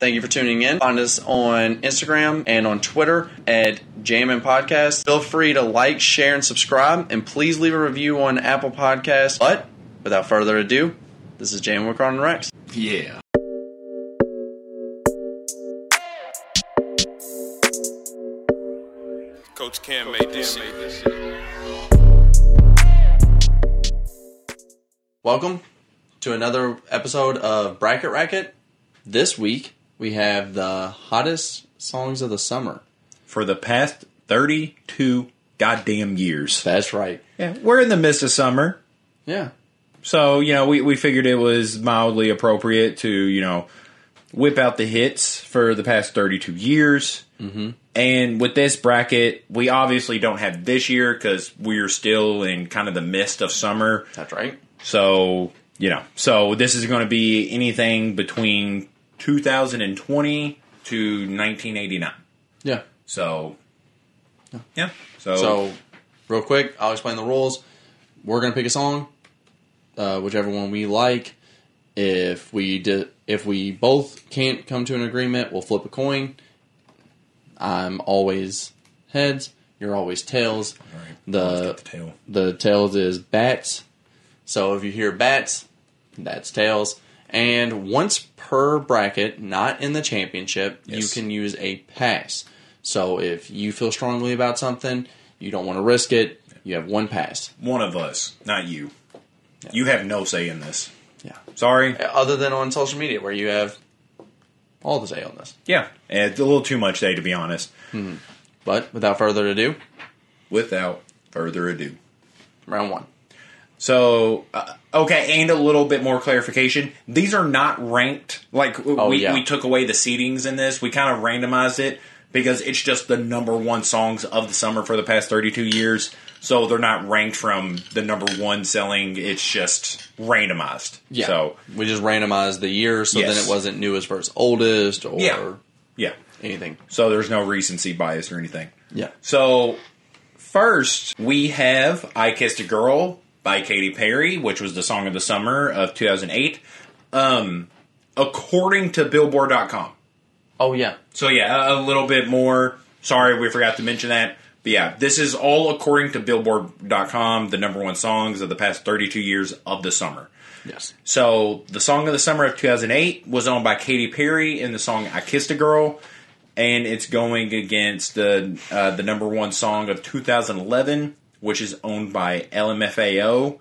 Thank you for tuning in. Find us on Instagram and on Twitter at Jammin' Podcast. Feel free to like, share, and subscribe, and please leave a review on Apple Podcasts. But without further ado, this is Jammin' with Carl and Rex. Yeah. Coach Cam made this shit. Welcome to another episode of Bracket Racket. This week we have the hottest songs of the summer. For the past 32 goddamn years. That's right. Yeah, we're in the midst of summer. Yeah. So, you know, we, we figured it was mildly appropriate to, you know, whip out the hits for the past 32 years. Mm-hmm. And with this bracket, we obviously don't have this year because we're still in kind of the mist of summer. That's right. So, you know, so this is going to be anything between 2020 to 1989. Yeah. So, yeah. So, So, real quick, I'll explain the rules. We're gonna pick a song, uh, whichever one we like. If we di- if we both can't come to an agreement, we'll flip a coin. I'm always heads. You're always tails. right. The Got the tail. the tails is bats. So if you hear bats, that's tails. And once per bracket, not in the championship, Yes. you can use a pass. So if you feel strongly about something, you don't want to risk it, you have one pass. one of us, not you. You have no say in this. Yeah. Sorry. Other than on social media where you have all the say on this. Yeah. It's a little too much day, to be honest. But without further ado, Without further ado. round one. So, uh, okay, and a little bit more clarification. These are not ranked. Like, we, Oh, yeah. we took away the seedings in this. We kind of randomized it because it's just the number one songs of the summer for the past 32 years. So they're not ranked from the number one selling. It's just randomized. Yeah. So, we just randomized the year so Yes. then it wasn't newest versus oldest or Yeah. yeah. anything. So there's no recency bias or anything. Yeah. So, first, we have I Kissed a Girl by Katy Perry, which was the song of the summer of 2008, um, according to Billboard.com. Oh yeah. So, yeah, a, a little bit more. Sorry, we forgot to mention that. But yeah, this is all according to Billboard.com, the number one songs of the past 32 years of the summer. Yes. So, the song of the summer of 2008 was owned by Katy Perry in the song "I Kissed a Girl," and it's going against the uh, the number one song of 2011, which is owned by LMFAO,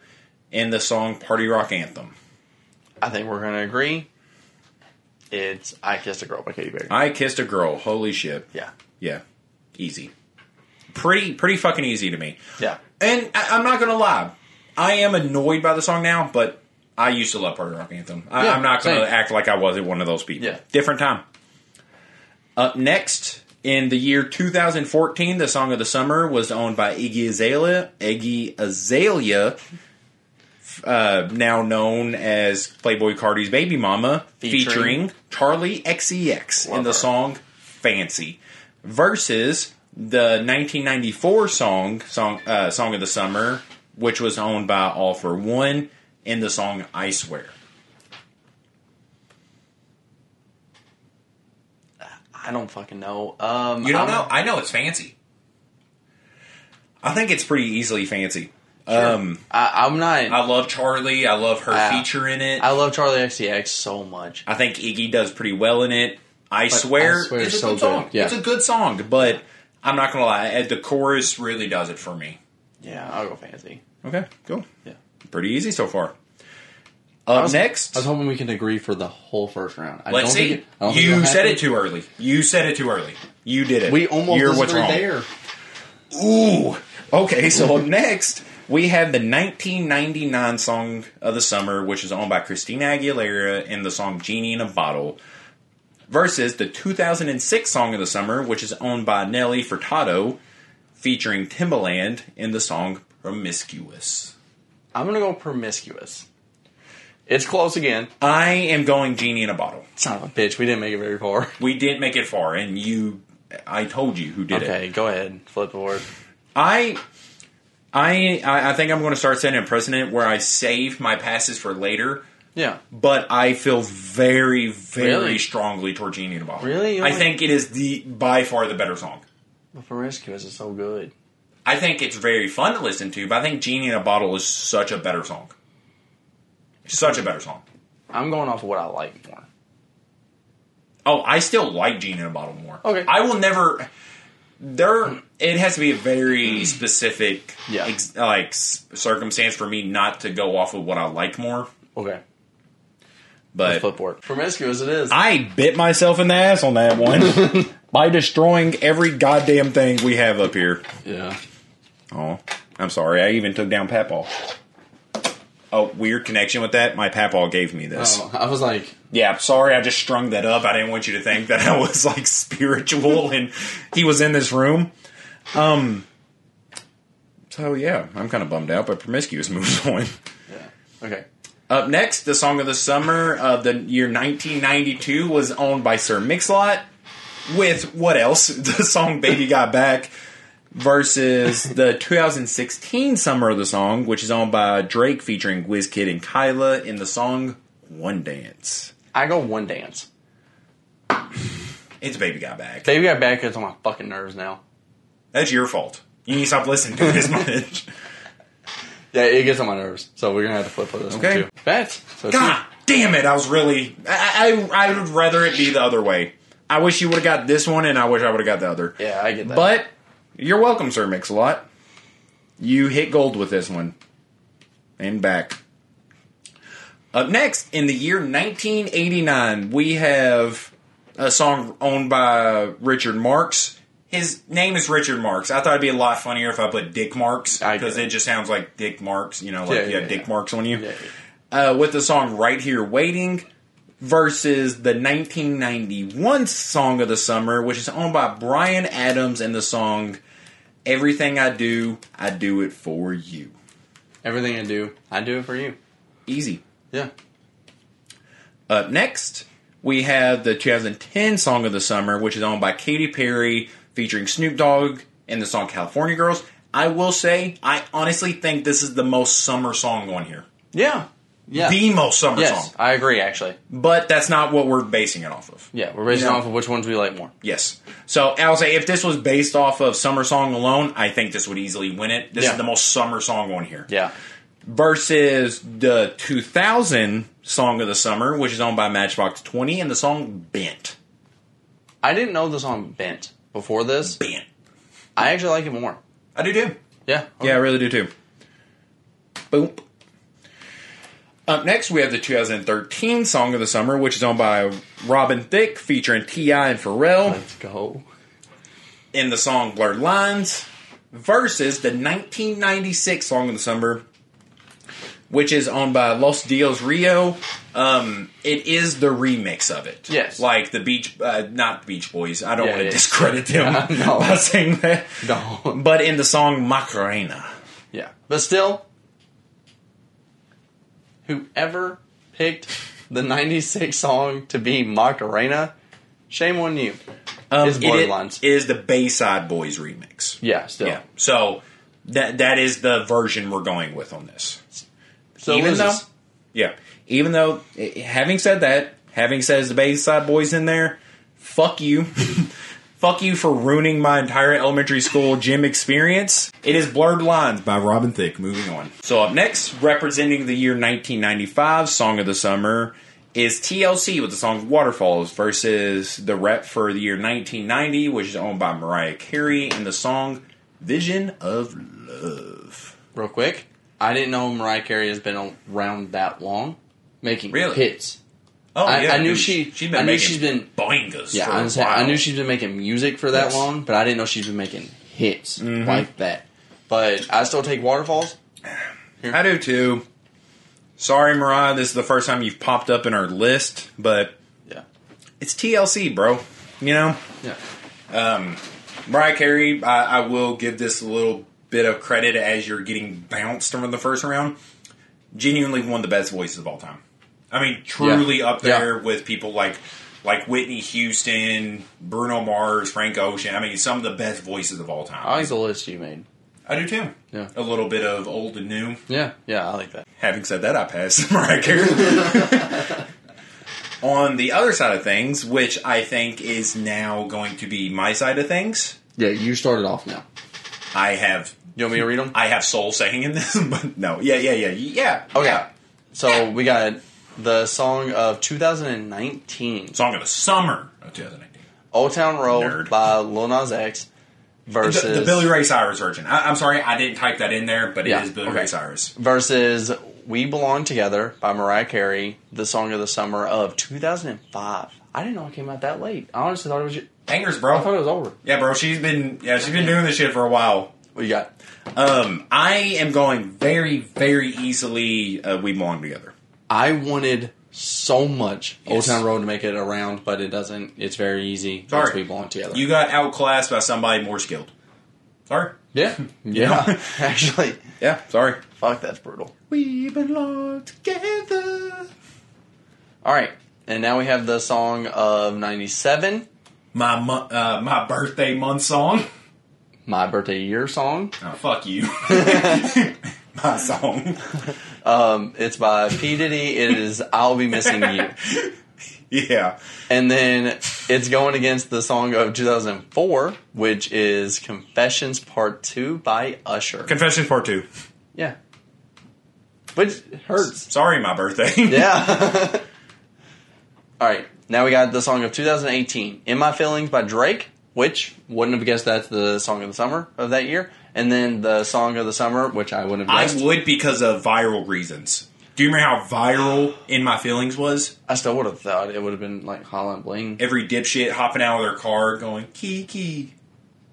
and the song "Party Rock Anthem." I think we're going to agree. It's I Kissed a Girl by Katy Perry. "I Kissed a Girl," holy shit! yeah. yeah, easy, pretty pretty fucking easy to me. Yeah. And I, I'm not gonna lie, I am annoyed by the song now, but I used to love Party Rock Anthem. I, Yeah, I'm not gonna same. act like I wasn't one of those people. Yeah. Different time. Up next, in the year 2014, the song of the summer was owned by Iggy Azalea. Iggy Azalea, uh, now known as Playboy Cardi's baby mama, Featuring- featuring, Charlie XCX in Love the her. song "Fancy." versus the 1994 song song uh, song of the summer, which was owned by All for One, in the song "I Swear." I don't fucking know. Um, You don't I'm- know? I know it's fancy. I think it's pretty easily fancy. Um, I, I'm not. I, I love Charlie. I love her Uh, feature in it. I, love Charlie XCX so much. think Iggy does pretty well in it. I swear, I Swear it's is a so good song. good. Yeah. It's a good song, but I'm not gonna lie. uh, The chorus really does it for me. Yeah, I'll go fancy. Okay, cool. Yeah. Pretty easy so far. Up next, I was hoping we can agree for the whole first round. I Let's don't see. Think it, I don't think you it'll said happen. it too early. You said it too early. You did it. We almost You're You're what's wrong. there. Ooh. Okay, so up next we have the 1999 song of the summer, which is owned by Christina Aguilera in the song "Genie in a Bottle," versus the 2006 song of the summer, which is owned by Nelly Furtado, featuring Timbaland in the song "Promiscuous." I'm gonna go promiscuous. It's close again. I am going "Genie in a Bottle." Son of a bitch, we didn't make it very far. We didn't make it far, and you, I told you who did it. Okay, go ahead. Flip the board. I I I I think I'm going to start setting a precedent where I save my passes for later Yeah. but I feel very, very Really? strongly toward Genie in a Bottle. Really? You I don't- think it is the by far the better song. But for Rescue is so good. I think it's very fun to listen to, but I think Genie in a Bottle is such a better song. Such a better song. I'm going off of what I like more. Oh, I still like Genie in a Bottle more. Okay. I will never. There, it has to be a very specific, Yeah. ex, like s- circumstance for me not to go off of what I like more. Okay. But Flipboard. Promiscuous it is. I bit myself in the ass on that one by destroying every goddamn thing we have up here. yeah. Oh, I'm sorry. I even took down Papal. Oh, weird connection with that. My Papal gave me this. Oh, I was like, Yeah, sorry. I just strung that up. I didn't want you to think that I was like spiritual and he was in this room. Um. So yeah, I'm kind of bummed out, but promiscuous moves on. yeah. Okay. Up next, the song of the summer of the year 1992 was owned by Sir Mix-a-Lot with what else? The song Baby Got Back versus the 2016 summer of the song, which is owned by Drake featuring Wizkid and Kyla in the song One Dance. I go one dance. It's Baby Got Back. Baby got back it's on my fucking nerves now. That's your fault. You need to stop listening to this much. Yeah, it gets on my nerves. So we're gonna have to flip for this Okay. one too. Bats. So two- God damn it! I was really. I, I I would rather it be the other way. I wish you would have got this one, and I wish I would have got the other. Yeah, I get that. But you're welcome, Sir Mix-a-Lot. You hit gold with this one. And back. Up next, in the year 1989, we have a song owned by Richard Marks. His name is Richard Marks. I thought it'd be a lot funnier if I put Dick Marks I get because it. it just sounds like Dick Marks, you know, like Yeah, you yeah, have Dick yeah. Marks on you. Yeah, Uh, with the song Right Here Waiting versus the 1991 song of the summer, which is owned by Brian Adams and the song Everything I Do, I Do It For You. everything I do, I do it for you. Easy. Yeah. Up next, we have the 2010 song of the summer, which is owned by Katy Perry featuring Snoop Dogg and the song California Girls. I will say, I honestly think this is the most summer song on here. Yeah. Yeah. The most summer yes, song. I agree actually. But that's not what we're basing it off of. Yeah, we're basing Yeah. off of which ones we like more. Yes. So I'll say if this was based off of Summer Song alone, I think this would easily win it. This Yeah. is the most summer song on here. Yeah. Versus the 2000 Song of the Summer, which is owned by Matchbox 20, and the song Bent. I didn't know the song Bent before this. Bent. I actually like it more. I do too. Yeah. Yeah, I really do too. Boop. Up next, we have the 2013 Song of the Summer, which is owned by Robin Thicke, featuring T.I. and Pharrell. Let's go. in the song Blurred Lines versus the 1996 song of the summer, which is owned by Los Dios Rio. Um, it is the remix of it. Yes. Like the Beach, uh, not Beach Boys. I don't Yeah, want to yeah. discredit them no. by saying that. No. But in the song Macarena. yeah. But still, whoever picked the 96 song to be Macarena, shame on you. Um, It's it Blurred is- Lines. It is the Bayside Boys remix. Yeah, still. Yeah. So that that is the version we're going with on this. So even loses. though, yeah, even though, eh, having said that, having said the Bayside Boys in there, fuck you, fuck you for ruining my entire elementary school gym experience. It is Blurred Lines by Robin Thicke. Moving on. So up next, representing the year 1995 song of the summer is TLC with the song Waterfalls versus the rep for the year 1990, which is owned by Mariah Carey, and the song Vision of Love. real quick, I didn't know Mariah Carey has been around that long making Really? hits. Oh, I- I knew she- I knew making she's been- boingas. Yeah, for I, a understand. I while. knew she's been making music for that Yes. long, but I didn't know she's been making hits like that. But I still take Waterfalls. I do too. Sorry, Mariah, this is the first time you've popped up in our list, but Yeah. it's TLC, bro. You know, Yeah. Mariah Carey. I, I will give this a little bit of credit as you're getting bounced from the first round. Genuinely one of the best voices of all time. I mean, truly up Yeah. there with people like like Whitney Houston, Bruno Mars, Frank Ocean. I mean, some of the best voices of all time. I like the list you made. I do too. Yeah. A little bit of old and new. Yeah, yeah, I like that. Having said that, I pass Mariah Carey. On the other side of things, which I think is now going to be my side of things, Yeah, you started off now. I have You want me to read them? I have soul singing in this, but no, yeah, yeah, yeah, yeah. Okay. yeah. So we got the song of 2019, Song of the summer of 2018. "Old Town Road" Nerd. by Lil Nas X versus The, the Billy Ray Cyrus version. I, I'm sorry, I didn't type that in there, but Yeah, it is Billy okay. Ray Cyrus. versus "We Belong Together" by Mariah Carey, the song of the summer of 2005. I didn't know it came out that late. I honestly thought it was. I Angers, bro. thought it was over. Yeah, bro. She's been yeah, she's been doing this shit for a while. What you got? Um, I am going very, very easily. Uh, we belong together. I wanted so much Old Yes. Town Road to make it around, but it doesn't. It's very easy. Sorry. once we belong together. You got outclassed by somebody more skilled. Sorry. yeah, yeah. Actually, Yeah. Sorry. fuck, that's brutal. We belong together. All right, and now we have the song of '97, My mu- uh, my birthday month song. my birthday year song. Oh, fuck you. my song. Um, it's by P Diddy. It is "I'll Be Missing You," Yeah. and then it's going against the song of 2004, which is "Confessions Part Two by Usher. Confessions part two. Yeah, which hurts. Sorry, my birthday. Yeah. All right. Now we got the song of 2018, "In My Feelings" by Drake, which wouldn't have guessed that's the song of the summer of that year, and then the song of the summer, which I wouldn't have I guessed. would because of viral reasons. Do you remember how viral in my feelings was? I still would have thought it would have been like Holla and Bling. Every dipshit hopping out of their car going Kiki.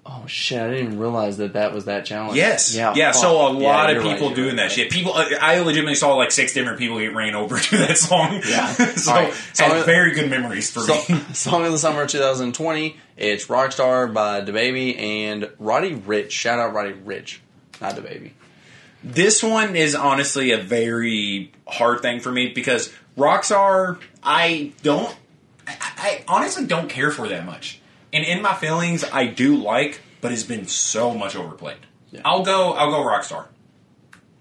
oh shit! I didn't even realize that that was that challenge. Yes. Yeah. so a fuck. lot Yeah, of you're people right, you're right, doing that right. shit. People. I I legitimately saw like six different people get ran over to that song. Yeah. so Alright, so had I'm- very good memories for So, me. song of the summer 2020. It's "Rockstar" by DaBaby and Roddy Rich. Shout out Roddy Rich, not DaBaby. This one is honestly a very hard thing for me because Rockstar, I don't, I, I honestly don't care for that much. And in my feelings, I do like, but it's been so much overplayed. Yeah. I'll go, I'll go Rockstar.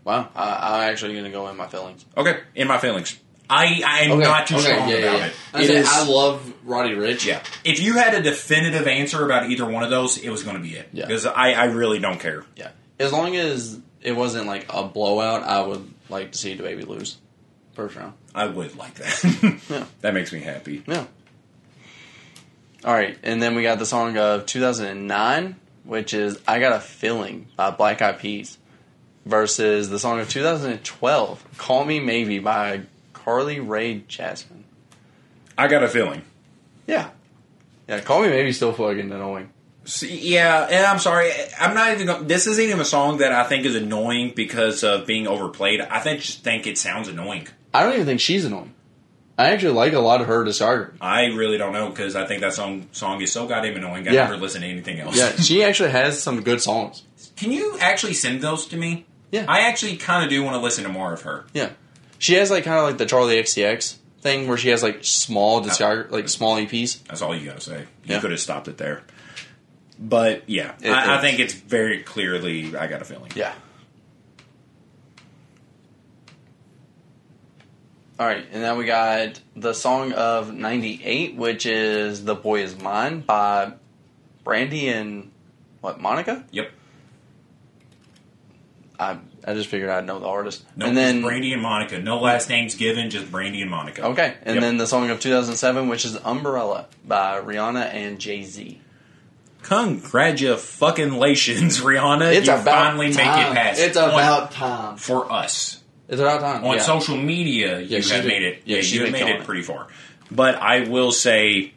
Wow, I, I'm actually gonna go in my feelings. Okay, in my feelings, I, I am Okay, not too okay, strong yeah, about yeah, it. yeah. I It say, is- I love Roddy Rich. yeah. If you had a definitive answer about either one of those, it was going to be it. Yeah. Because I, I really don't care. yeah. As long as it wasn't like a blowout, I would like to see the baby lose first round. I would like that. Yeah. That makes me happy. Yeah. All right, and then we got the song of 2009, which is "I Got a Feeling" by Black Eyed Peas, versus the song of 2012, "Call Me Maybe" by Carly Rae Jepsen. I got a feeling. Yeah, yeah. "Call Me Maybe" still fucking annoying. See, Yeah, and I'm sorry. I'm not even. Gonna, this isn't even a song that I think is annoying because of being overplayed. I think just think it sounds annoying. I don't even think she's annoying. I actually like a lot of her discography. I really don't know because I think that song song is so goddamn annoying. I Yeah. never listen to anything else. Yeah, she actually has some good songs. Can you actually send those to me? Yeah. I actually kind of do want to listen to more of her. Yeah, she has like kind of like the Charlie XCX thing where she has like small discog- like small E EPs. That's all you gotta say. You Yeah. could have stopped it there. But yeah, It- I, I it's- think it's very clearly. I got a feeling. Yeah. All right, and then we got the song of '98, which is "The Boy Is Mine" by Brandy and what Monica. Yep. I I just figured I'd know the artist. No, and then just Brandy and Monica. No last names given. Just Brandy and Monica. okay, and Yep. then the song of 2007, which is "Umbrella" by Rihanna and Jay Z. Congratulations, Rihanna. It's you about finally make time. it past. It's On- about time. for us. It's about time. On yeah. social media, you she's have been- made it. yeah, Yeah, she's you have been made killing it it. pretty far. But I will say,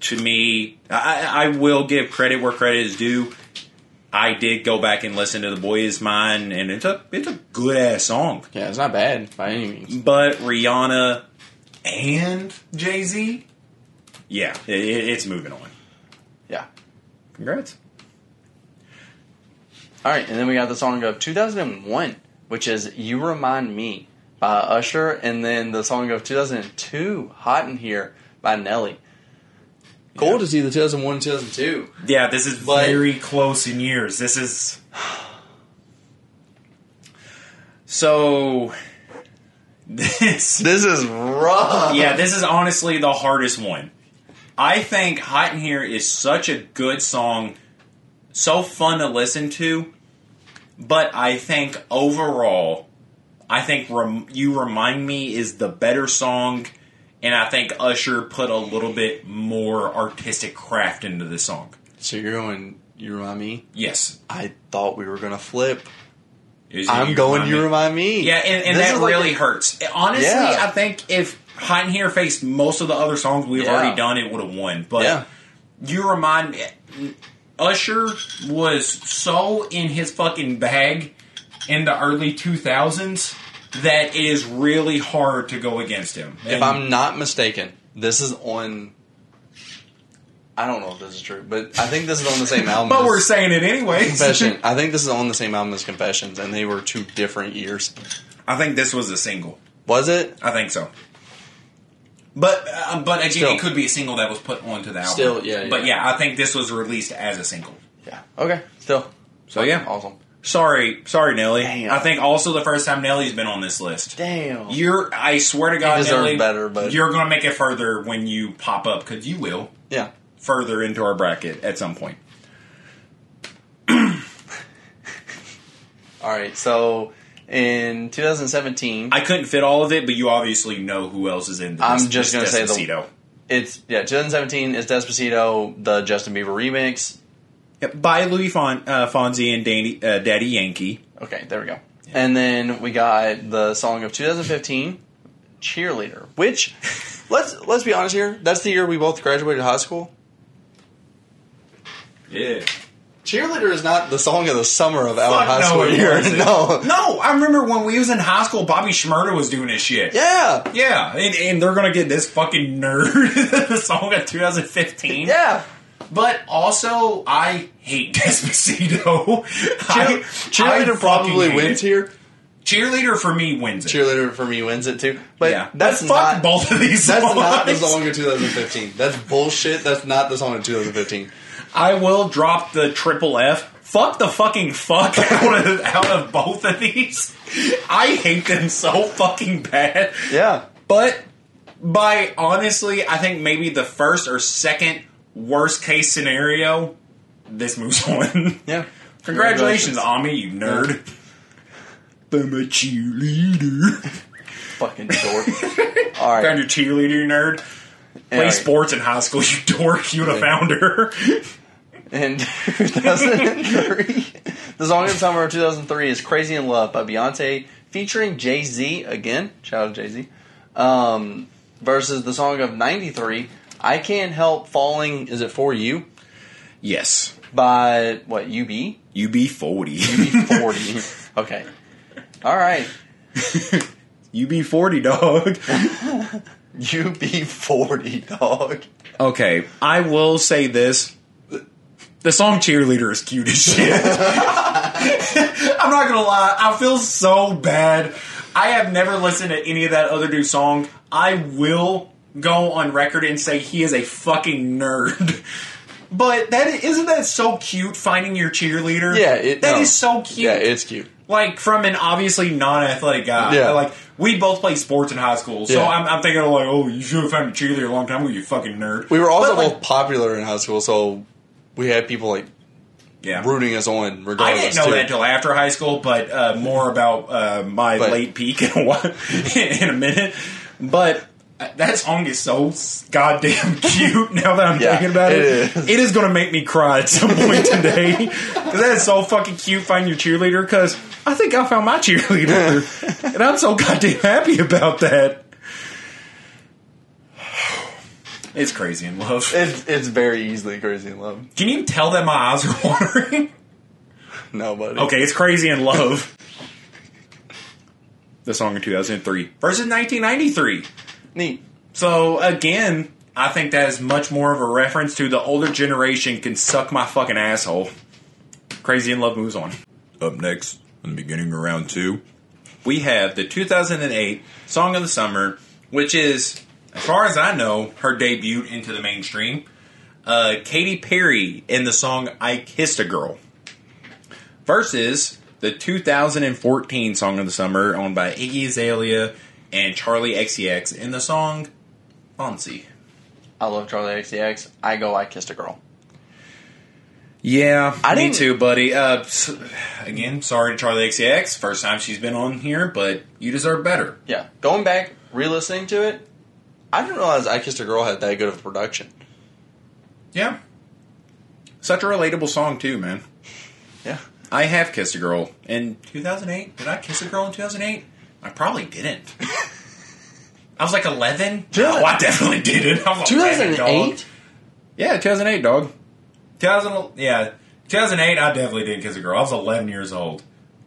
to me, I, I will give credit where credit is due. I did go back and listen to "The Boy Is Mine," and it's a it's a good ass song. Yeah, it's not bad by any means. But Rihanna and Jay Z, yeah, it, it's moving on. Yeah. Congrats. All right, and then we got the song of 2001, which is "You Remind Me" by Usher, and then the song of 2002, "Hot in Here" by Nelly. Cool to see the 2001 and 2002. Yeah, this is But- very close in years. This is So this This is rough. yeah, this is honestly the hardest one. I think Hot in Here is such a good song, so fun to listen to, but I think overall, I think Rem- You Remind Me is the better song, and I think Usher put a little bit more artistic craft into the song. So you're going. You remind me. Yes. I thought we were gonna flip. Is I'm You going. Remind you Me. remind me. Yeah, and, and This that is like really a- hurts. Honestly, Yeah. I think if Hot in Here faced most of the other songs we've Yeah. already done, it would have won. But Yeah. you remind me, Usher was so in his fucking bag in the early 2000s that it is really hard to go against him. If And- I'm not mistaken, this is on. I don't know if this is true, but I think this is on the same album. but as we're saying it anyway. Confession. I think this is on the same album as Confessions, and they were two different years. I think this was a single. Was it? I think so. But uh, but again, Still. it could be a single that was put onto the album. Still, yeah, But yeah. yeah, I think this was released as a single. Yeah. Okay. Still. So yeah, Awesome. Sorry, sorry, Nelly. Damn. I think also the first time Nelly's been on this list. Damn. You're, I swear to God, deserve Nelly, better, but- you're gonna make it further when you pop up because you will Yeah. further into our bracket at some point. All right. So in 2017, I couldn't fit all of it, but you obviously know who else is in. This, I'm just this gonna say the- Despacito. it's yeah 2017 is Despacito, the Justin Bieber remix. Yep, by Louis Fon, uh, Fonzie and Danny, uh, Daddy Yankee. Okay, there we go. And then we got the song of 2015, Cheerleader, which let's let's be honest here, that's the year we both graduated high school. Yeah. Cheerleader is not the song of the summer of our Fuck Oh, high no, school it year. wasn't. No. No, I remember when we was in high school, Bobby Schmurda was doing his shit. Yeah. Yeah, and, and they're gonna get this fucking nerd the song of 2015. Yeah. But also, I hate Despacito. I- I Cheerleader fucking probably hate wins it. here. Cheerleader for me wins it. Cheerleader for me wins it too. But yeah, that's Fuck not both of these. that's not the songs. song of 2015. That's bullshit. That's not the song of 2015. I will drop the triple F. Fuck the fucking fuck out of out of both of these. I hate them so fucking bad. Yeah. But by honestly, I think maybe the first or second worst case scenario, this moves on. Yeah. Congratulations, Ami, you nerd. I'm a cheerleader. Fucking dork. All right. Found your cheerleader, you nerd. Play All right. sports in high school, you dork. You'd have found her. in 2003. the song of the summer of 2003 is "Crazy in Love" by Beyonce, featuring Jay Z again. Shout out Jay Z. Um, versus the song of '93, "I Can't Help Falling." Is it for you? Yes. By what UB? UB40. Forty. okay. All right. UB40, dog. UB forty dog. Okay, I will say this. The song Cheerleader is cute as shit. I'm not gonna lie, I feel so bad. I have never listened to any of that other dude's song. I will go on record and say he is a fucking nerd. But that isn't that so cute finding your cheerleader? Yeah, it- That no. is so cute. Yeah, it's cute. like from an obviously non-athletic guy. Yeah. Like we both played sports in high school, so Yeah. I'm, I'm thinking like, oh, you should have found a cheerleader a long time ago, you fucking nerd. We were also But, like, both popular in high school, so we had people like yeah. rooting us on. Regardless, I didn't know too. that until after high school, but uh, more about uh, my But- late peak in a, while, in a minute. But uh, that song is so s- goddamn cute now that I'm Yeah, thinking about it. it is. It is going to make me cry at some point today. Because that is so fucking cute, find your cheerleader. Because I think I found my cheerleader. and I'm so goddamn happy about that. It's crazy in love. It's it's very easily crazy in love. Can you tell that my eyes are watering? Nobody. Okay, it's crazy in love. the song in 2003 versus 1993. Neat. So again, I think that is much more of a reference to the older generation can suck my fucking asshole. Crazy in love moves on. Up next, in the beginning of round two, we have the 2008 song of the summer, which is, as far as I know, her debut into the mainstream. Uh, Katy Perry in the song "I Kissed a Girl" versus the 2014 Song of the Summer, owned by Iggy Azalea and Charlie XCX, in the song Fonzie. I love Charlie XCX. I go, I kissed a girl. Yeah, I me didn't- too, buddy. Uh, s- again, sorry to Charlie XCX. First time she's been on here, but you deserve better. Yeah, going back, re-listening to it, I didn't realize I kissed a girl had that good of a production. Yeah. Such a relatable song, too, man. Yeah, I have kissed a girl in 2008. Did I kiss a girl in 2008? I probably didn't. I was like 11. No, I definitely didn't. I was 11, Oh, dog. 2008? Yeah, 2008, dog. 2000, yeah, 2008. I definitely didn't kiss a girl. I was 11 years old.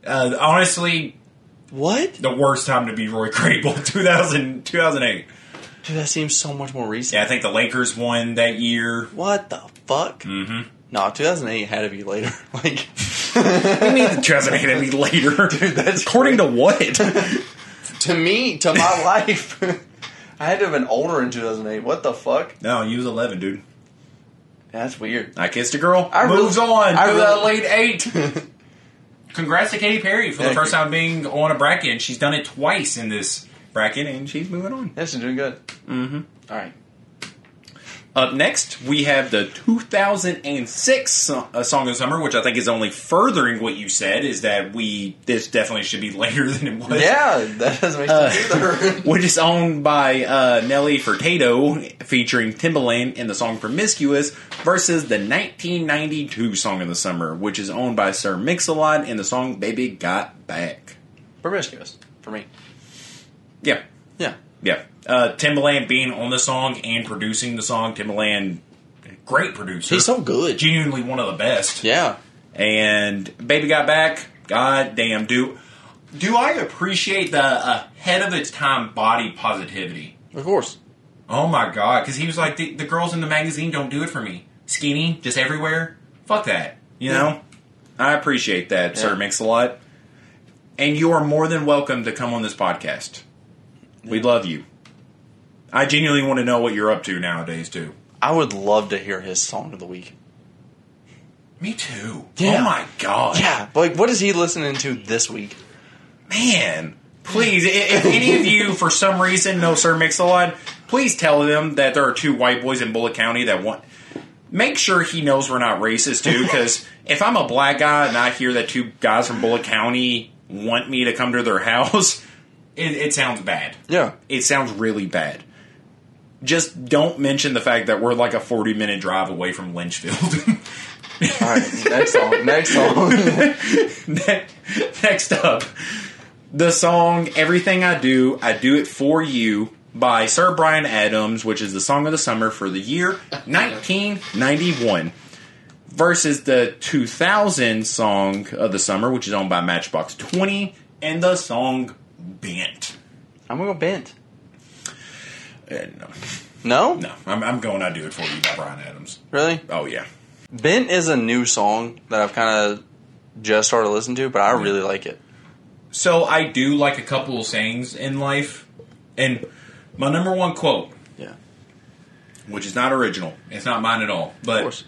Uh, honestly, what? the worst time to be Roy Crable. 2000, 2008. Dude, that seems so much more recent. Yeah, I think the Lakers won that year. What the fuck? Mm-hmm. No, 2008 had to be later. like, I mean, 2008 I mean later. Dude, that's according to what? to me, to my life, I had to have been older in 2008. What the fuck? no, you was 11, dude. That's weird. I kissed a girl. I really- moves on I to the really- late eight. Congrats to Katy Perry for the Thank first you. time being on a bracket. and She's done it twice in this bracket, and she's moving on. Yes, you're doing good. Mm-hmm. All right. Up next, we have the 2006 so- uh, Song of Summer, which I think is only furthering what you said. Is that we this definitely should be later than it was. Yeah, that doesn't make sense either. which is owned by uh, Nelly Furtado, featuring Timbaland in the song "Promiscuous," versus the 1992 song of the summer, which is owned by Sir Mix-a-Lot in the song "Baby Got Back." Promiscuous for me. Yeah, Yeah. yeah. Uh, Timbaland being on the song and producing the song, Timbaland, great producer, He's so good. genuinely one of the best. Yeah. and Baby Got Back. God damn, do do I appreciate the uh, head of its time body positivity? Of course. Oh my god, because he was like the, the girls in the magazine don't do it for me. Skinny, just everywhere. Fuck that. You know, I appreciate that, Sir Yeah. Mix a Lot. And you are more than welcome to come on this podcast. We love you. I genuinely want to know what you're up to nowadays too. I would love to hear his song of the week. Me too. Yeah. Oh my god. Yeah, but like, what is he listening to this week? man, please, i- if any of you for some reason know Sir Mix-a-Lot, please tell them that there are two white boys in Bullitt County that want. Make sure he knows we're not racist too, because if I'm a black guy and I hear that two guys from Bullitt County want me to come to their house, it, it sounds bad. Yeah. It sounds really bad. Just don't mention the fact that we're like a 40 minute drive away from Lynchfield. All right, next song. Next song. Next up, the song Everything I Do, I Do It For You by Sir Brian Adams, which is the song of the summer for the year 1991, versus the 2000 song of the summer, which is owned by Matchbox 20, and the song Bent. I'm gonna go bent. Uh, no, No? no, I'm, I'm going I Do It For You by Brian Adams. Really? Oh, yeah. Bent is a new song that I've kind of just started listening to, but I really like it. So I do like a couple of sayings in life, and my number one quote Yeah. which is not original. It's not mine at all. Of But course.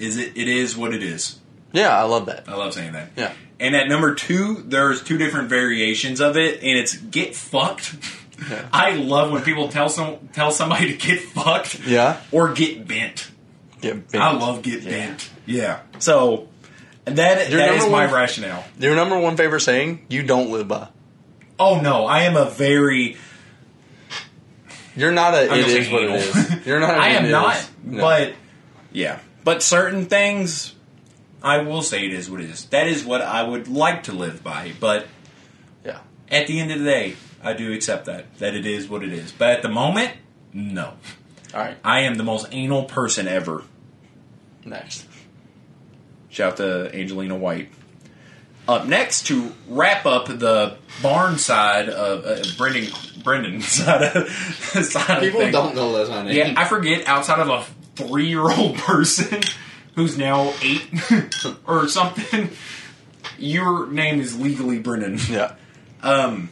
is it? It is what it is. Yeah, I love that. I love saying that. Yeah. And at number two, there's two different variations of it, and it's "get fucked." I love when people tell some tell somebody to get fucked. Yeah. Or get bent. Yeah, bent. I love get bent. Yeah. So that that number is my one- rationale. Your number one favorite saying, you don't live by. Oh no, I am a very You're not a. I'm It just is what it anal. is. You're not. a I it am is. not, No. but yeah, but certain things, I will say it is what it is. That is what I would like to live by. But yeah, at the end of the day, I do accept that that it is what it is. But at the moment, no, all right. I am the most anal person ever. Next, Shout to Angelina White. Up next to wrap up the barn side of uh, Brendan Brendan side of, side of People things. don't know that's my name. Yeah, I forget. Outside of a three-year-old person who's now eight or something, your name is legally Brennan. yeah, Um,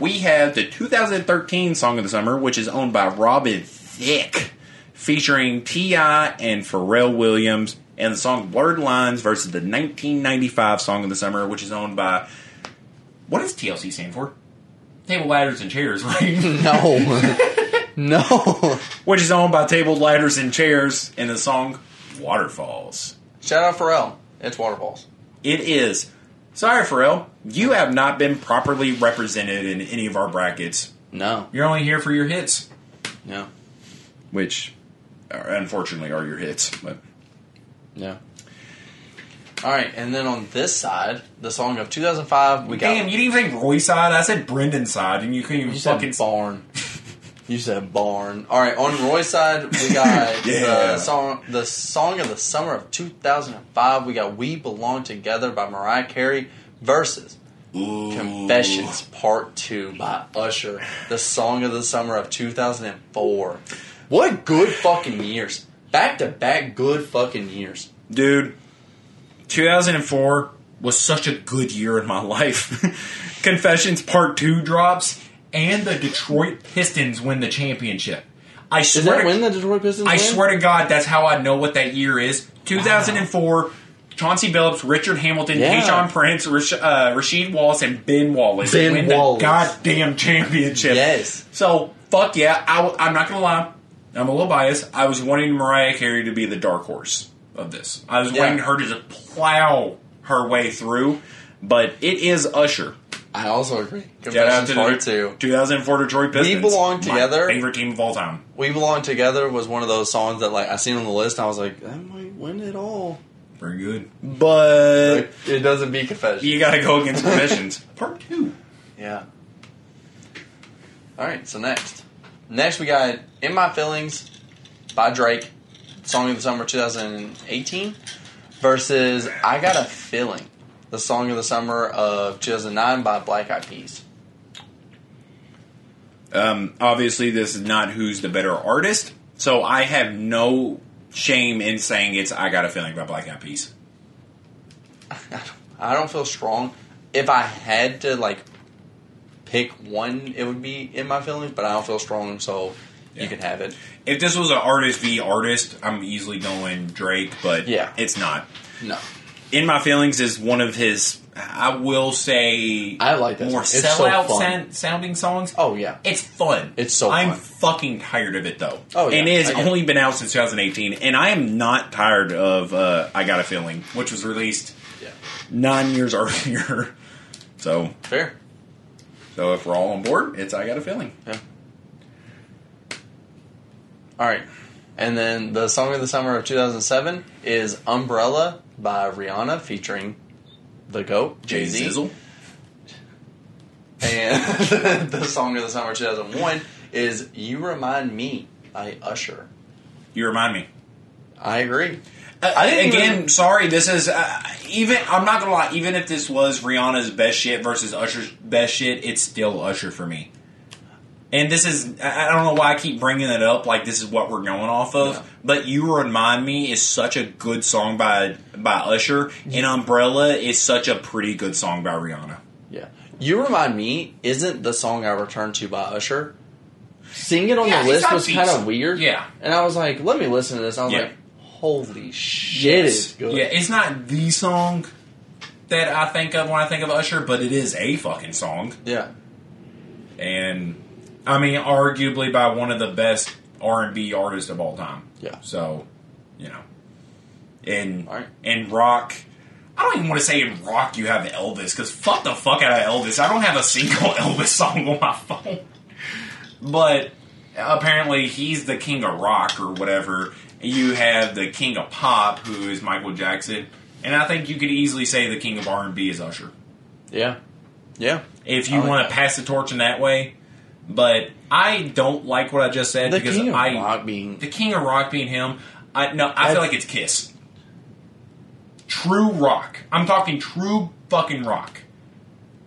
We have the 2013 Song of the Summer, which is owned by Robin Thicke, featuring T.I. and Pharrell Williams, and the song Blurred Lines versus the 1995 Song of the Summer, which is owned by. What does TLC stand for? Table Ladders and Chairs, right? No. no. which is owned by Table Ladders and Chairs, and the song Waterfalls. Shout out Pharrell. It's Waterfalls. It is. Sorry, Pharrell, you have not been properly represented in any of our brackets. No. You're only here for your hits, No. which are, unfortunately are your hits. But No. All right, and then on this side, the song of 2005, we got. damn, you didn't even say Roy side. I said Brendan's side, and you couldn't even You said fucking. barn. You said barn. All right, on Roy's side, we got Yeah. the song, the song of the summer of 2005. We got "We Belong Together" by Mariah Carey versus Ooh. "Confessions Part 2 by Usher, the song of the summer of 2004. What good fucking years! Back to back good fucking years. dude. 2004 was such a good year in my life. Confessions Part Two drops, and the Detroit Pistons win the championship. I Did swear, that to- win the Detroit Pistons? I win? Mm-hmm. swear to God, that's how I know what that year is. 2004. Chauncey Billups, Richard Hamilton, Yeah. Keyshawn Prince, Rash- uh, Rasheed Wallace, and Ben Wallace Ben win the Wallace. goddamn championship. Yes. So fuck yeah, I, w- I'm not gonna lie. I'm a little biased. I was wanting Mariah Carey to be the dark horse of this. I was Yeah. wanting her to just plow her way through, but it is Usher. I also agree. Shout out Confessions to Part the 2. 2004 Detroit Pistons. belong My together. favorite team of all time. "We Belong Together" was one of those songs that like I seen on the list. and I was like, that might win it all. Very good, but Like, it doesn't be confession. you got to go against Confessions Part Two. Yeah. All right, so next. Next, we got In My Feelings by Drake, Song of the Summer 2018, versus I Got a Feeling, the Song of the Summer of 2009 by Black Eyed Peas. Um, obviously, this is not who's the better artist, so I have no shame in saying it's "I Got a Feeling" by Black Eyed Peas. I don't feel strong. If I had to, like, pick one, it would be In My Feelings, but I don't feel strong, so Yeah. you can have it. If this was an artist v artist, I'm easily going Drake, but Yeah. it's not. No. In My Feelings is one of his, I will say, I like that more song. It's so sellout fun. sound, sounding songs. Oh, yeah. It's fun. It's so I'm fun. fucking tired of it though. Oh, yeah. And it has I get it. only been out since 2018, and I am not tired of uh, "I Got a Feeling," which was released Yeah. nine years earlier. so, Fair. so if we're all on board, it's "I Got a Feeling." Yeah. All right. And then the song of the summer of 2007 is Umbrella by Rihanna featuring the GOAT, Jay Z. Zizzle. And the song of the summer of 2001 is You Remind Me by Usher. you remind me. I agree. I didn't again. even- sorry, this is uh, even. I'm not gonna lie. Even if this was Rihanna's best shit versus Usher's best shit, it's still Usher for me. And this is. I I don't know why I keep bringing it up. Like this is what we're going off of. Yeah. But you remind me is such a good song by by Usher, and Umbrella is such a pretty good song by Rihanna. Yeah. You Remind Me isn't the song I returned to by Usher. Seeing it on Yeah, the it's list not was kind of decent. weird. Yeah. And I was like, let me listen to this. I was Yeah. like, holy shit, it's good. Yeah, it's not the song that I think of when I think of Usher, but it is a fucking song. Yeah. and I mean, arguably by one of the best R and B artists of all time. Yeah. So, you know, in All right. in rock, I don't even want to say in rock you have Elvis because fuck the fuck out of Elvis. I don't have a single Elvis song on my phone, but apparently he's the king of rock or whatever. You have the king of pop, who is Michael Jackson, and I think you could easily say the king of R and B is Usher Yeah. Yeah. if I you like want that. to pass the torch in that way. But I don't like what I just said The because king of I rock being the king of rock being him. I no, I That- feel like it's Kiss. True rock. I'm talking true fucking rock.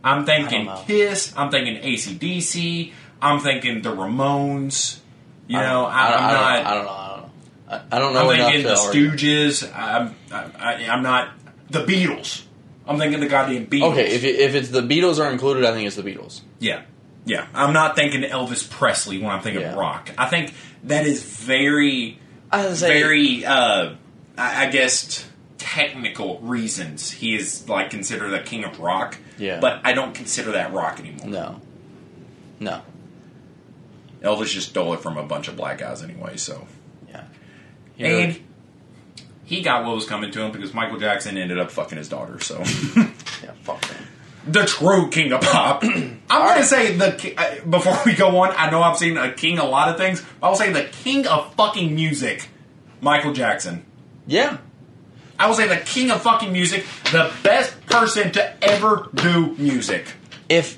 I'm thinking know. Kiss. I'm thinking ACDC. I'm thinking the Ramones. You I don't- know, I, I don't- I I'm not. don't- I don't know. I don't know. I- I don't know. I'm enough thinking to the argue. Stooges. I'm, I, I, I'm not the Beatles. I'm thinking the goddamn Beatles. Okay, if, it, if it's the Beatles are included, I think it's the Beatles. yeah, Yeah, I'm not thinking Elvis Presley when I'm thinking Yeah. rock. I think that is very, I was saying, very, uh, I, I guess, technical reasons he is like considered the king of rock. Yeah. but I don't consider that rock anymore. No. No. Elvis just stole it from a bunch of black guys anyway. So Yeah. and he got what was coming to him because Michael Jackson ended up fucking his daughter. So yeah, fuck them. the true king of pop. I'm gonna say the ki- uh, before we go on. I know I've seen a king a lot of things. But I'll say the king of fucking music, Michael Jackson. Yeah. I will say the king of fucking music, the best person to ever do music. If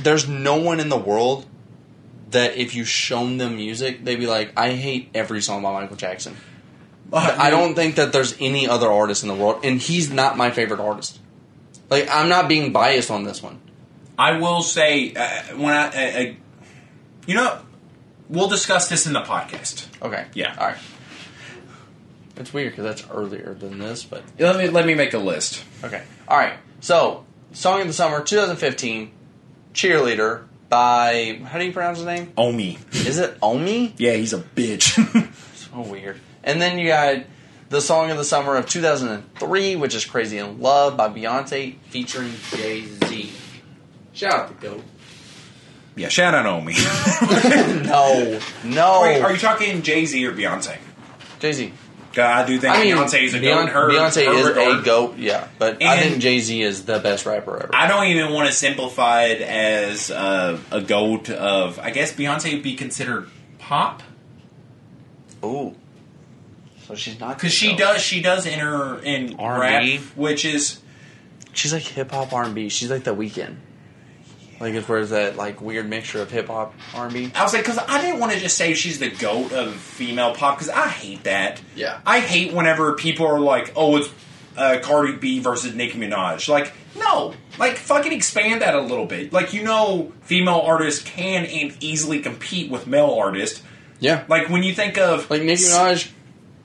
there's no one in the world that if you shown them music, they'd be like, I hate every song by Michael Jackson. I don't think that there's any other artist in the world, and he's not my favorite artist. Like I'm not being biased on this one. I will say uh, when I, I, I, you know, we'll discuss this in the podcast. Okay. Yeah. All right. It's weird because that's earlier than this, but Let me let me make a list. okay. All right. So, song of the summer, 2015, "Cheerleader" by how do you pronounce his name? Omi. Is it Omi? Yeah, he's a bitch. So Oh, weird. And then you got the song of the summer of 2003, which is "Crazy in Love" by Beyonce featuring Jay Z. Shout out to Go. yeah, shout out Omi. Oh. No, no. Wait, are you talking Jay Z or Beyonce? Jay Z. God, I do think I mean, Beyonce is a Beyonce, goat. in Her, Beyonce her is regard. a goat, yeah. But I And- think Jay Z is the best rapper ever. I don't even want to simplify it as uh, a goat of. I guess Beyonce would be considered pop Ooh. So she's not because she does she does enter in R&B. rap, which is She's like hip hop R and B. She's like the weekend. Like it's where's that like weird mixture of hip hop R and B. I was like because I didn't want to just say she's the goat of female pop because I hate that. Yeah. I hate whenever people are like, oh, it's uh, Cardi B versus Nicki Minaj. Like, no, like fucking expand that a little bit. Like, you know, female artists can and easily compete with male artists. Yeah. Like Like when you think of like Nicki Minaj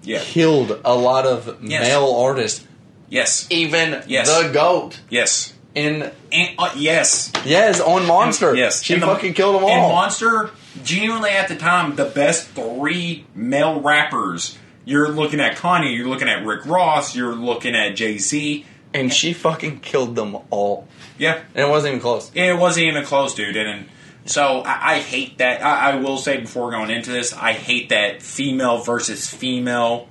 yeah, killed a lot of Yes. male artists. yes, Even Yes. the goat yes. in And, uh, yes, yes on Monster. Yes, she And the- fucking killed them all. And Monster, genuinely at the time, the best three male rappers. You're looking at Kanye, you're looking at Rick Ross, you're looking at Jay Z. and she fucking killed them all. Yeah, And it wasn't even close. it wasn't even close, dude. And, and so I, I hate that. I, I will say before going into this, I hate that female versus female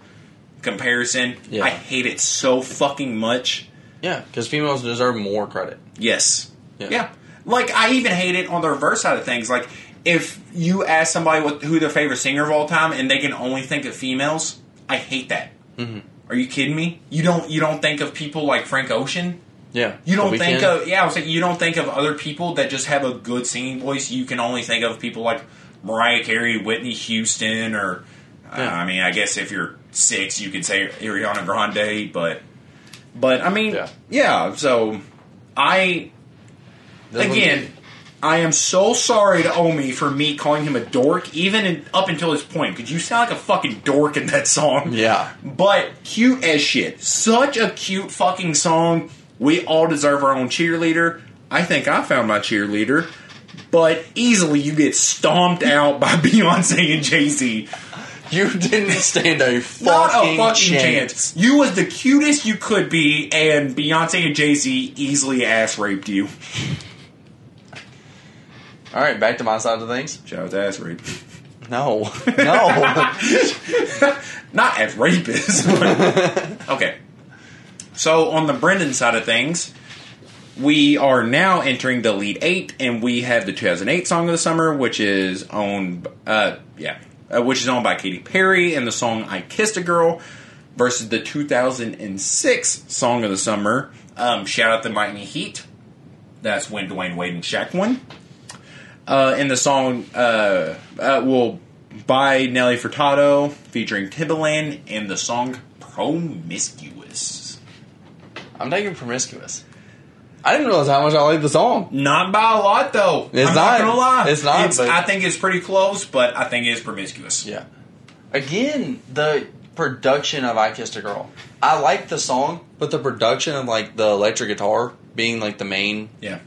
comparison. Yeah. I hate it so fucking much. Yeah, because females deserve more credit. Yes. Yeah. Yeah. Like I even hate it on the reverse side of things. Like if you ask somebody what, who their favorite singer of all time and they can only think of females, I hate that. Mm-hmm. Are you kidding me? You don't you don't think of people like Frank Ocean? Yeah. You The don't think Weeknd. of yeah, I was like you don't think of other people that just have a good singing voice. You can only think of people like Mariah Carey, Whitney Houston, or uh, Yeah. I mean, I guess if you're six, you could say Ariana Grande, but but I mean, Yeah. yeah so I This one's- again, I am so sorry to Omi for me calling him a dork, even in, up until this point, because you sound like a fucking dork in that song. Yeah. But cute as shit. Such a cute fucking song. We all deserve our own cheerleader. I think I found my cheerleader. But easily you get stomped out by Beyonce and Jay Z. You didn't stand a fucking, Not a fucking chance. chance. You was the cutest you could be, and Beyonce and Jay Z easily ass raped you. All right, back to my side of things. Shout out to ass rape. No, no. not as rapists. But okay. So on the Brendan side of things, we are now entering the lead eight, and we have the 2008 song of the summer, which is owned, uh, yeah, uh, which is owned by Katy Perry, and the song "I Kissed a Girl" versus the 2006 song of the summer. Um, shout out the Miami Heat. That's when Dwayne Wade and Shaq won. Uh, in the song, uh, uh, well, by Nelly Furtado, featuring Timbaland, and the song Promiscuous. I'm taking promiscuous. I didn't realize how much I liked the song. Not by a lot, though. It's I'm not. not, gonna lie. It's not, but- I think it's pretty close, but I think it's promiscuous. Yeah. Again, the production of "I Kissed a Girl." I like the song, but the production of like the electric guitar being like the main Yeah.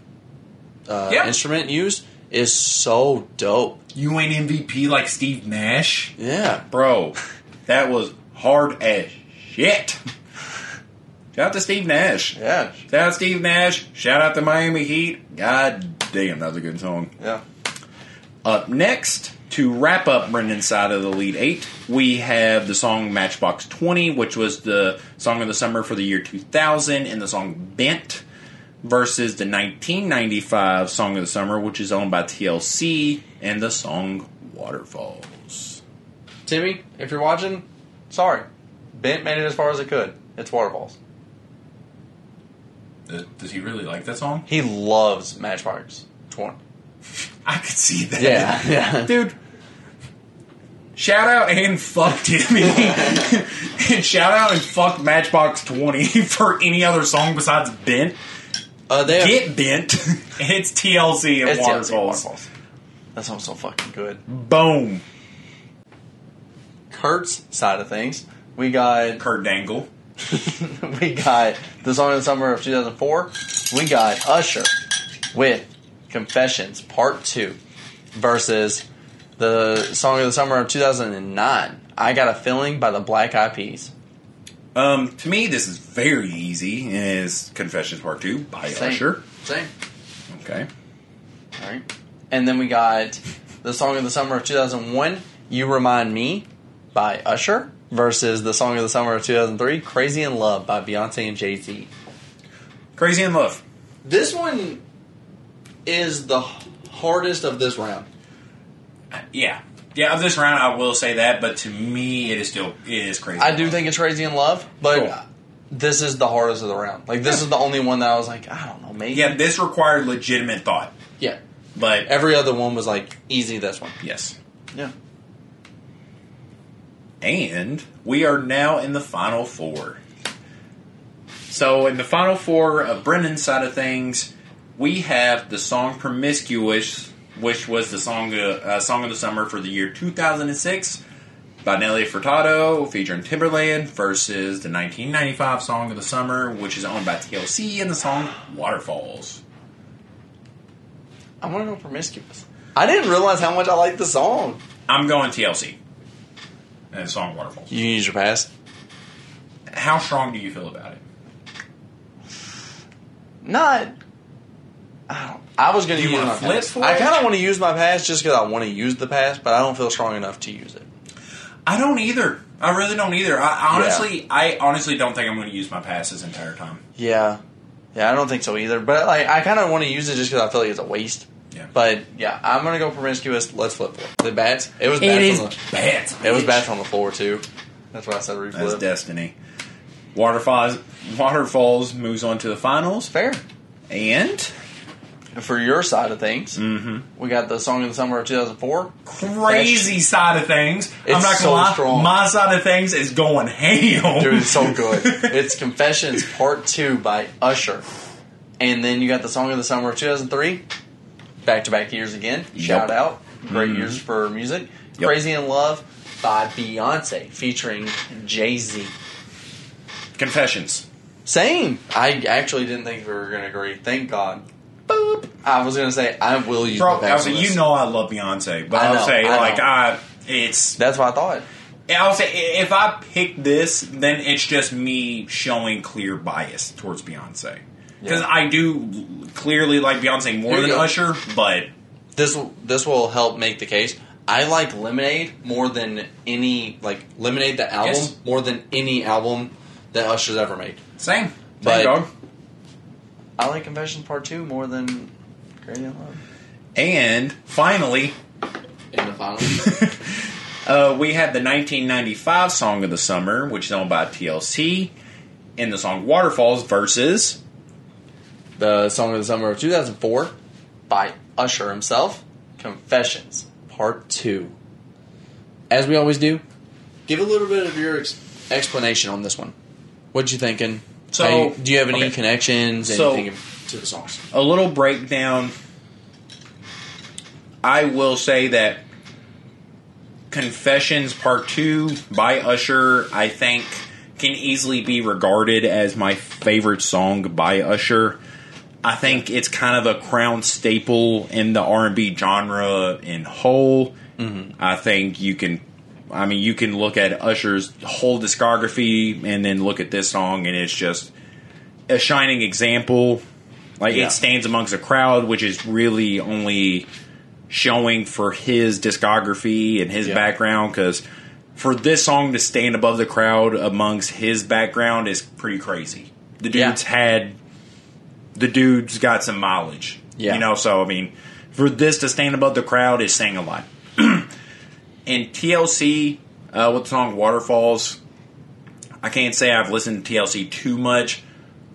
uh, Yeah. instrument used is so dope. You ain't MVP like Steve Nash, Yeah. bro. That was hard as shit. Shout out to Steve Nash. Yeah. Shout out Steve Nash. Shout out to Miami Heat. God damn, that was a good song. Yeah. Up next, to wrap up Brendan's side of the lead eight, we have the song Matchbox 20, which was the song of the summer for the year 2000, and the song Bent versus the 1995 song of the summer, which is owned by TLC, and the song Waterfalls. Timmy, if you're watching, sorry. Bent made it as far as it could. It's waterfalls. Uh, Does he really like that song? He loves Matchbox 20. I could see that. Yeah. Yeah. Dude. Shout out and fuck Timmy. and shout out and fuck Matchbox 20 for any other song besides Bent. Uh, they Get Bent. it's TLC and It's TLC, Waterfalls. Waterfalls. That sounds so fucking good. Boom. Kurt's side of things, we got Kurt Dangle. we got the song of the summer of 2004. We got Usher with Confessions Part 2 versus the song of the summer of 2009. I got a feeling by the Black Eyed Peas. Um, to me, this is very easy. Is Confessions Part 2 by Same. Usher. Same. Okay. All right. And then we got the song of the summer of 2001, You Remind Me by Usher versus the song of the summer of 2003, Crazy in Love by Beyonce and Jay Z. Crazy in Love. This one is the hardest of this round. Yeah. Yeah, of this round, I will say that, but to me, it is still, it is crazy. I do think it's Crazy in Love, but Cool. this is the hardest of the round. Like, this is the only one that I was like, I don't know, maybe. Yeah, this required legitimate thought. Yeah. But Every other one was like, easy this one. yes. Yeah. And we are now in the final four. So in the final four of Brennan's side of things, we have the song "Promiscuous," which was the song uh, uh, song of the summer for the year 2006 by Nelly Furtado featuring Timberland versus the 1995 song of the summer, which is owned by TLC and the song "Waterfalls." I want to go promiscuous. I didn't realize how much I liked the song. I'm going TLC and the song "Waterfalls." You can use your pass. How strong do you feel about it? Not. I don't. I was going to You use wanna my flip pass. for I it? kind of want to use my pass just because I want to use the pass, but I don't feel strong enough to use it. I don't either. I really don't either. I honestly, Yeah. I honestly don't think I'm going to use my pass this entire time. Yeah. Yeah, I don't think so either. But like, I kind of want to use it just because I feel like it's a waste. Yeah. But yeah, I'm gonna go promiscuous. Let's flip flip. The bats. It was bats. on the, bad. It was bats on the floor too. That's why I said That's reflip. destiny. Waterfalls. Waterfalls moves on to the finals, Fair. and For your side of things, Mm-hmm. we got the song of the summer of 2004. crazy side of things. I'm It's not gonna so lie. strong. My side of things is going ham. Dude, it's so good. it's Confessions Part Two by Usher, and then you got the song of the summer of 2003. Back to back years again. Shout out. Great years for music. Yep. Crazy in Love by Beyonce featuring Jay Z. Confessions. Same. I actually didn't think we were gonna agree. Thank God. Boop. I was gonna say I will use Bro, the pass I mean, on you this. know I love Beyonce, but I I'll know, say I like know. I, it's That's what I thought. And I'll say i- if I pick this, then it's just me showing clear bias towards Beyonce because Yeah. I do l- clearly like Beyonce more Here than you go. Usher, but This will this will help make the case. I like Lemonade more than any like Lemonade the album Yes. more than any album that Usher's ever made. same, same But- dog. I like Confessions Part Two more than Crazy in Love. And finally, In the final. uh, we had the 1995 song of the summer, which is owned by TLC, and the song "Waterfalls" versus The song of the summer of 2004 by Usher himself, Confessions Part Two. As we always do, give a little bit of your ex- explanation on this one. What you thinking? So- How you- do you have any okay. connections? So- Anything to the songs? a little breakdown. I will say that Confessions Part 2 by Usher, I think, can easily be regarded as my favorite song by Usher. I think it's kind of a crown staple in the R and B genre in whole. I think you can, I mean, you can look at Usher's whole discography and then look at this song, and it's just a shining example. Like Yeah. it stands amongst a crowd, which is really only showing for his discography and his Yeah. background. Because for this song to stand above the crowd amongst his background is pretty crazy. The Yeah. dude's had the dude's got some mileage. Yeah. You know, so I mean, for this to stand above the crowd is saying a lot. and TLC, uh, with the song Waterfalls, I can't say I've listened to TLC too much.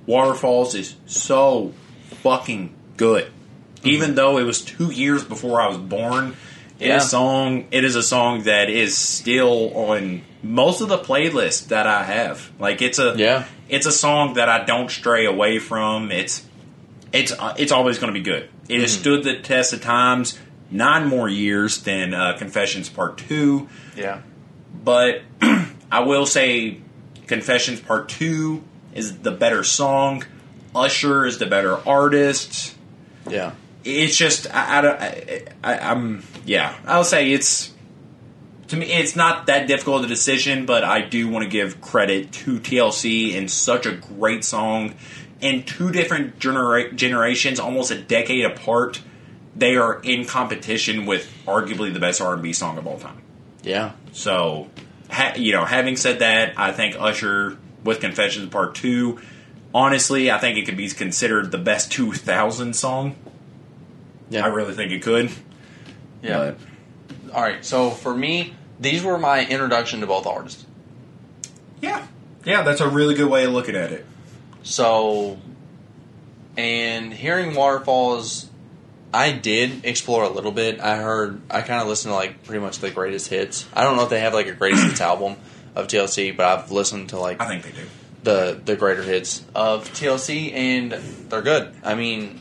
Waterfalls is so fucking good. Even though it was two years before I was born, it is Yeah. a song it is a song that is still on most of the playlists that I have. Like it's a Yeah. it's a song that I don't stray away from. It's it's uh, it's always going to be good. It has stood the test of times, nine more years than uh, Confessions Part Two. Yeah. But I will say, Confessions Part Two is the better song. Usher is the better artist. Yeah. It's just I, I don't I, I, I'm yeah. I'll say it's to me it's not that difficult a decision, but I do want to give credit to TLC and such a great song. In two different genera- generations, almost a decade apart, they are in competition with arguably the best R and B song of all time. Yeah. So, ha- you know, having said that, I think Usher with Confessions Part 2, honestly, I think it could be considered the best 2000 song. Yeah. I really think it could. Yeah. But All right. So for me, these were my introduction to both artists. yeah. Yeah, that's a really good way of looking at it. So, and hearing waterfalls, I did explore a little bit. I heard I kind of listened to like pretty much the greatest hits. I don't know if they have like a greatest hits album of TLC, but I've listened to like I think they do. the the greater hits. of TLC, and they're good. I mean,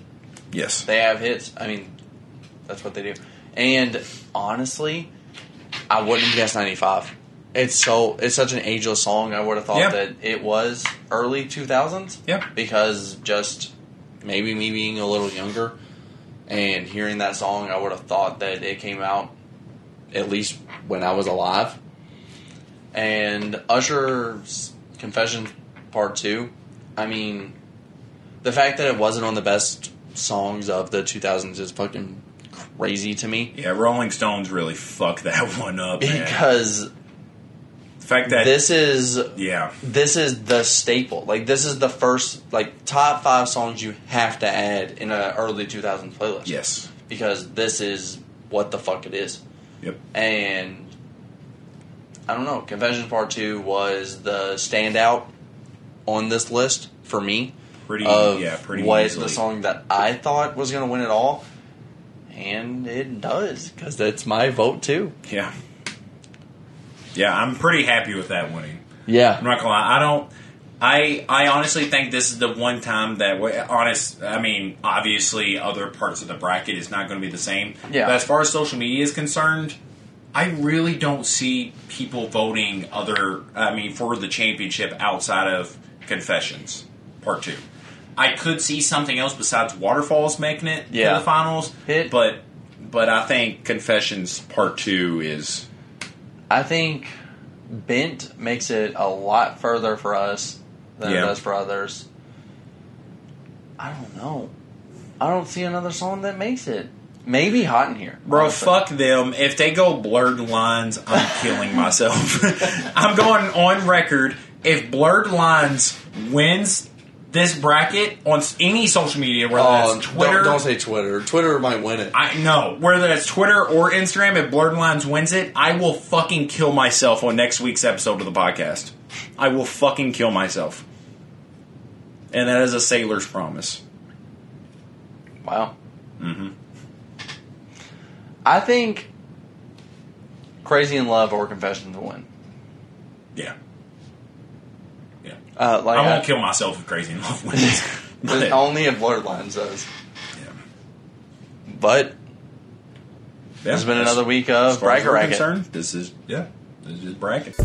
Yes. they have hits. I mean, that's what they do. And honestly, I wouldn't have guessed ninety five. It's so it's such an ageless song. I would have thought Yeah. that that it was early 2000s. Yeah. Because just maybe me being a little younger and hearing that song, I would have thought that it came out at least when I was alive. and Usher's Confession Part Two. I mean, The fact that it wasn't on the best songs of the 2000s is fucking crazy to me. Yeah, Rolling Stones really fucked that one up. Man. because The fact that. this is yeah. this is the staple. Like this is the first like top five songs you have to add in an early 2000s playlist. Yes. because this is what the fuck it is. Yep. And I don't know. Confession Part Two was the standout on this list for me. Pretty. of yeah, pretty what easily. the song that I thought was going to win it all, and it does because that's my vote too. Yeah. Yeah, I'm pretty happy with that winning. Yeah. I'm not gonna lie. I don't. I I honestly think this is the one time that we honest. I mean, obviously, other parts of the bracket is not going to be the same. Yeah. But as far as social media is concerned, I really don't see people voting other. I mean, for the championship outside of Confessions Part Two. I could see something else besides Waterfalls making it Yeah. to the finals, It- but but I think Confessions Part Two is I think Bent makes it a lot further for us than Yeah. it does for others. I don't know. I don't see another song that makes it. Maybe Hot in Here, Bro, honestly. fuck them. If they go blurred lines, I'm killing myself. I'm going on record. If blurred lines wins this bracket on s- any social media, whether Oh, that's Twitter, Don't, don't say Twitter. Twitter might win it. I know whether that's Twitter or Instagram. If blurred lines wins it, I will fucking kill myself on next week's episode of the podcast. I will fucking kill myself, and that is a sailor's promise. Wow. Mm-hmm. I think Crazy in Love or Confessions will win. Yeah, yeah. Uh, like I won't I- kill myself if Crazy in Love wins. But only if Blurred Lines does. Yeah. But Yeah, it's been that's- another week of as far as Bracket we're Racket. concerned, This is yeah, this is bracket.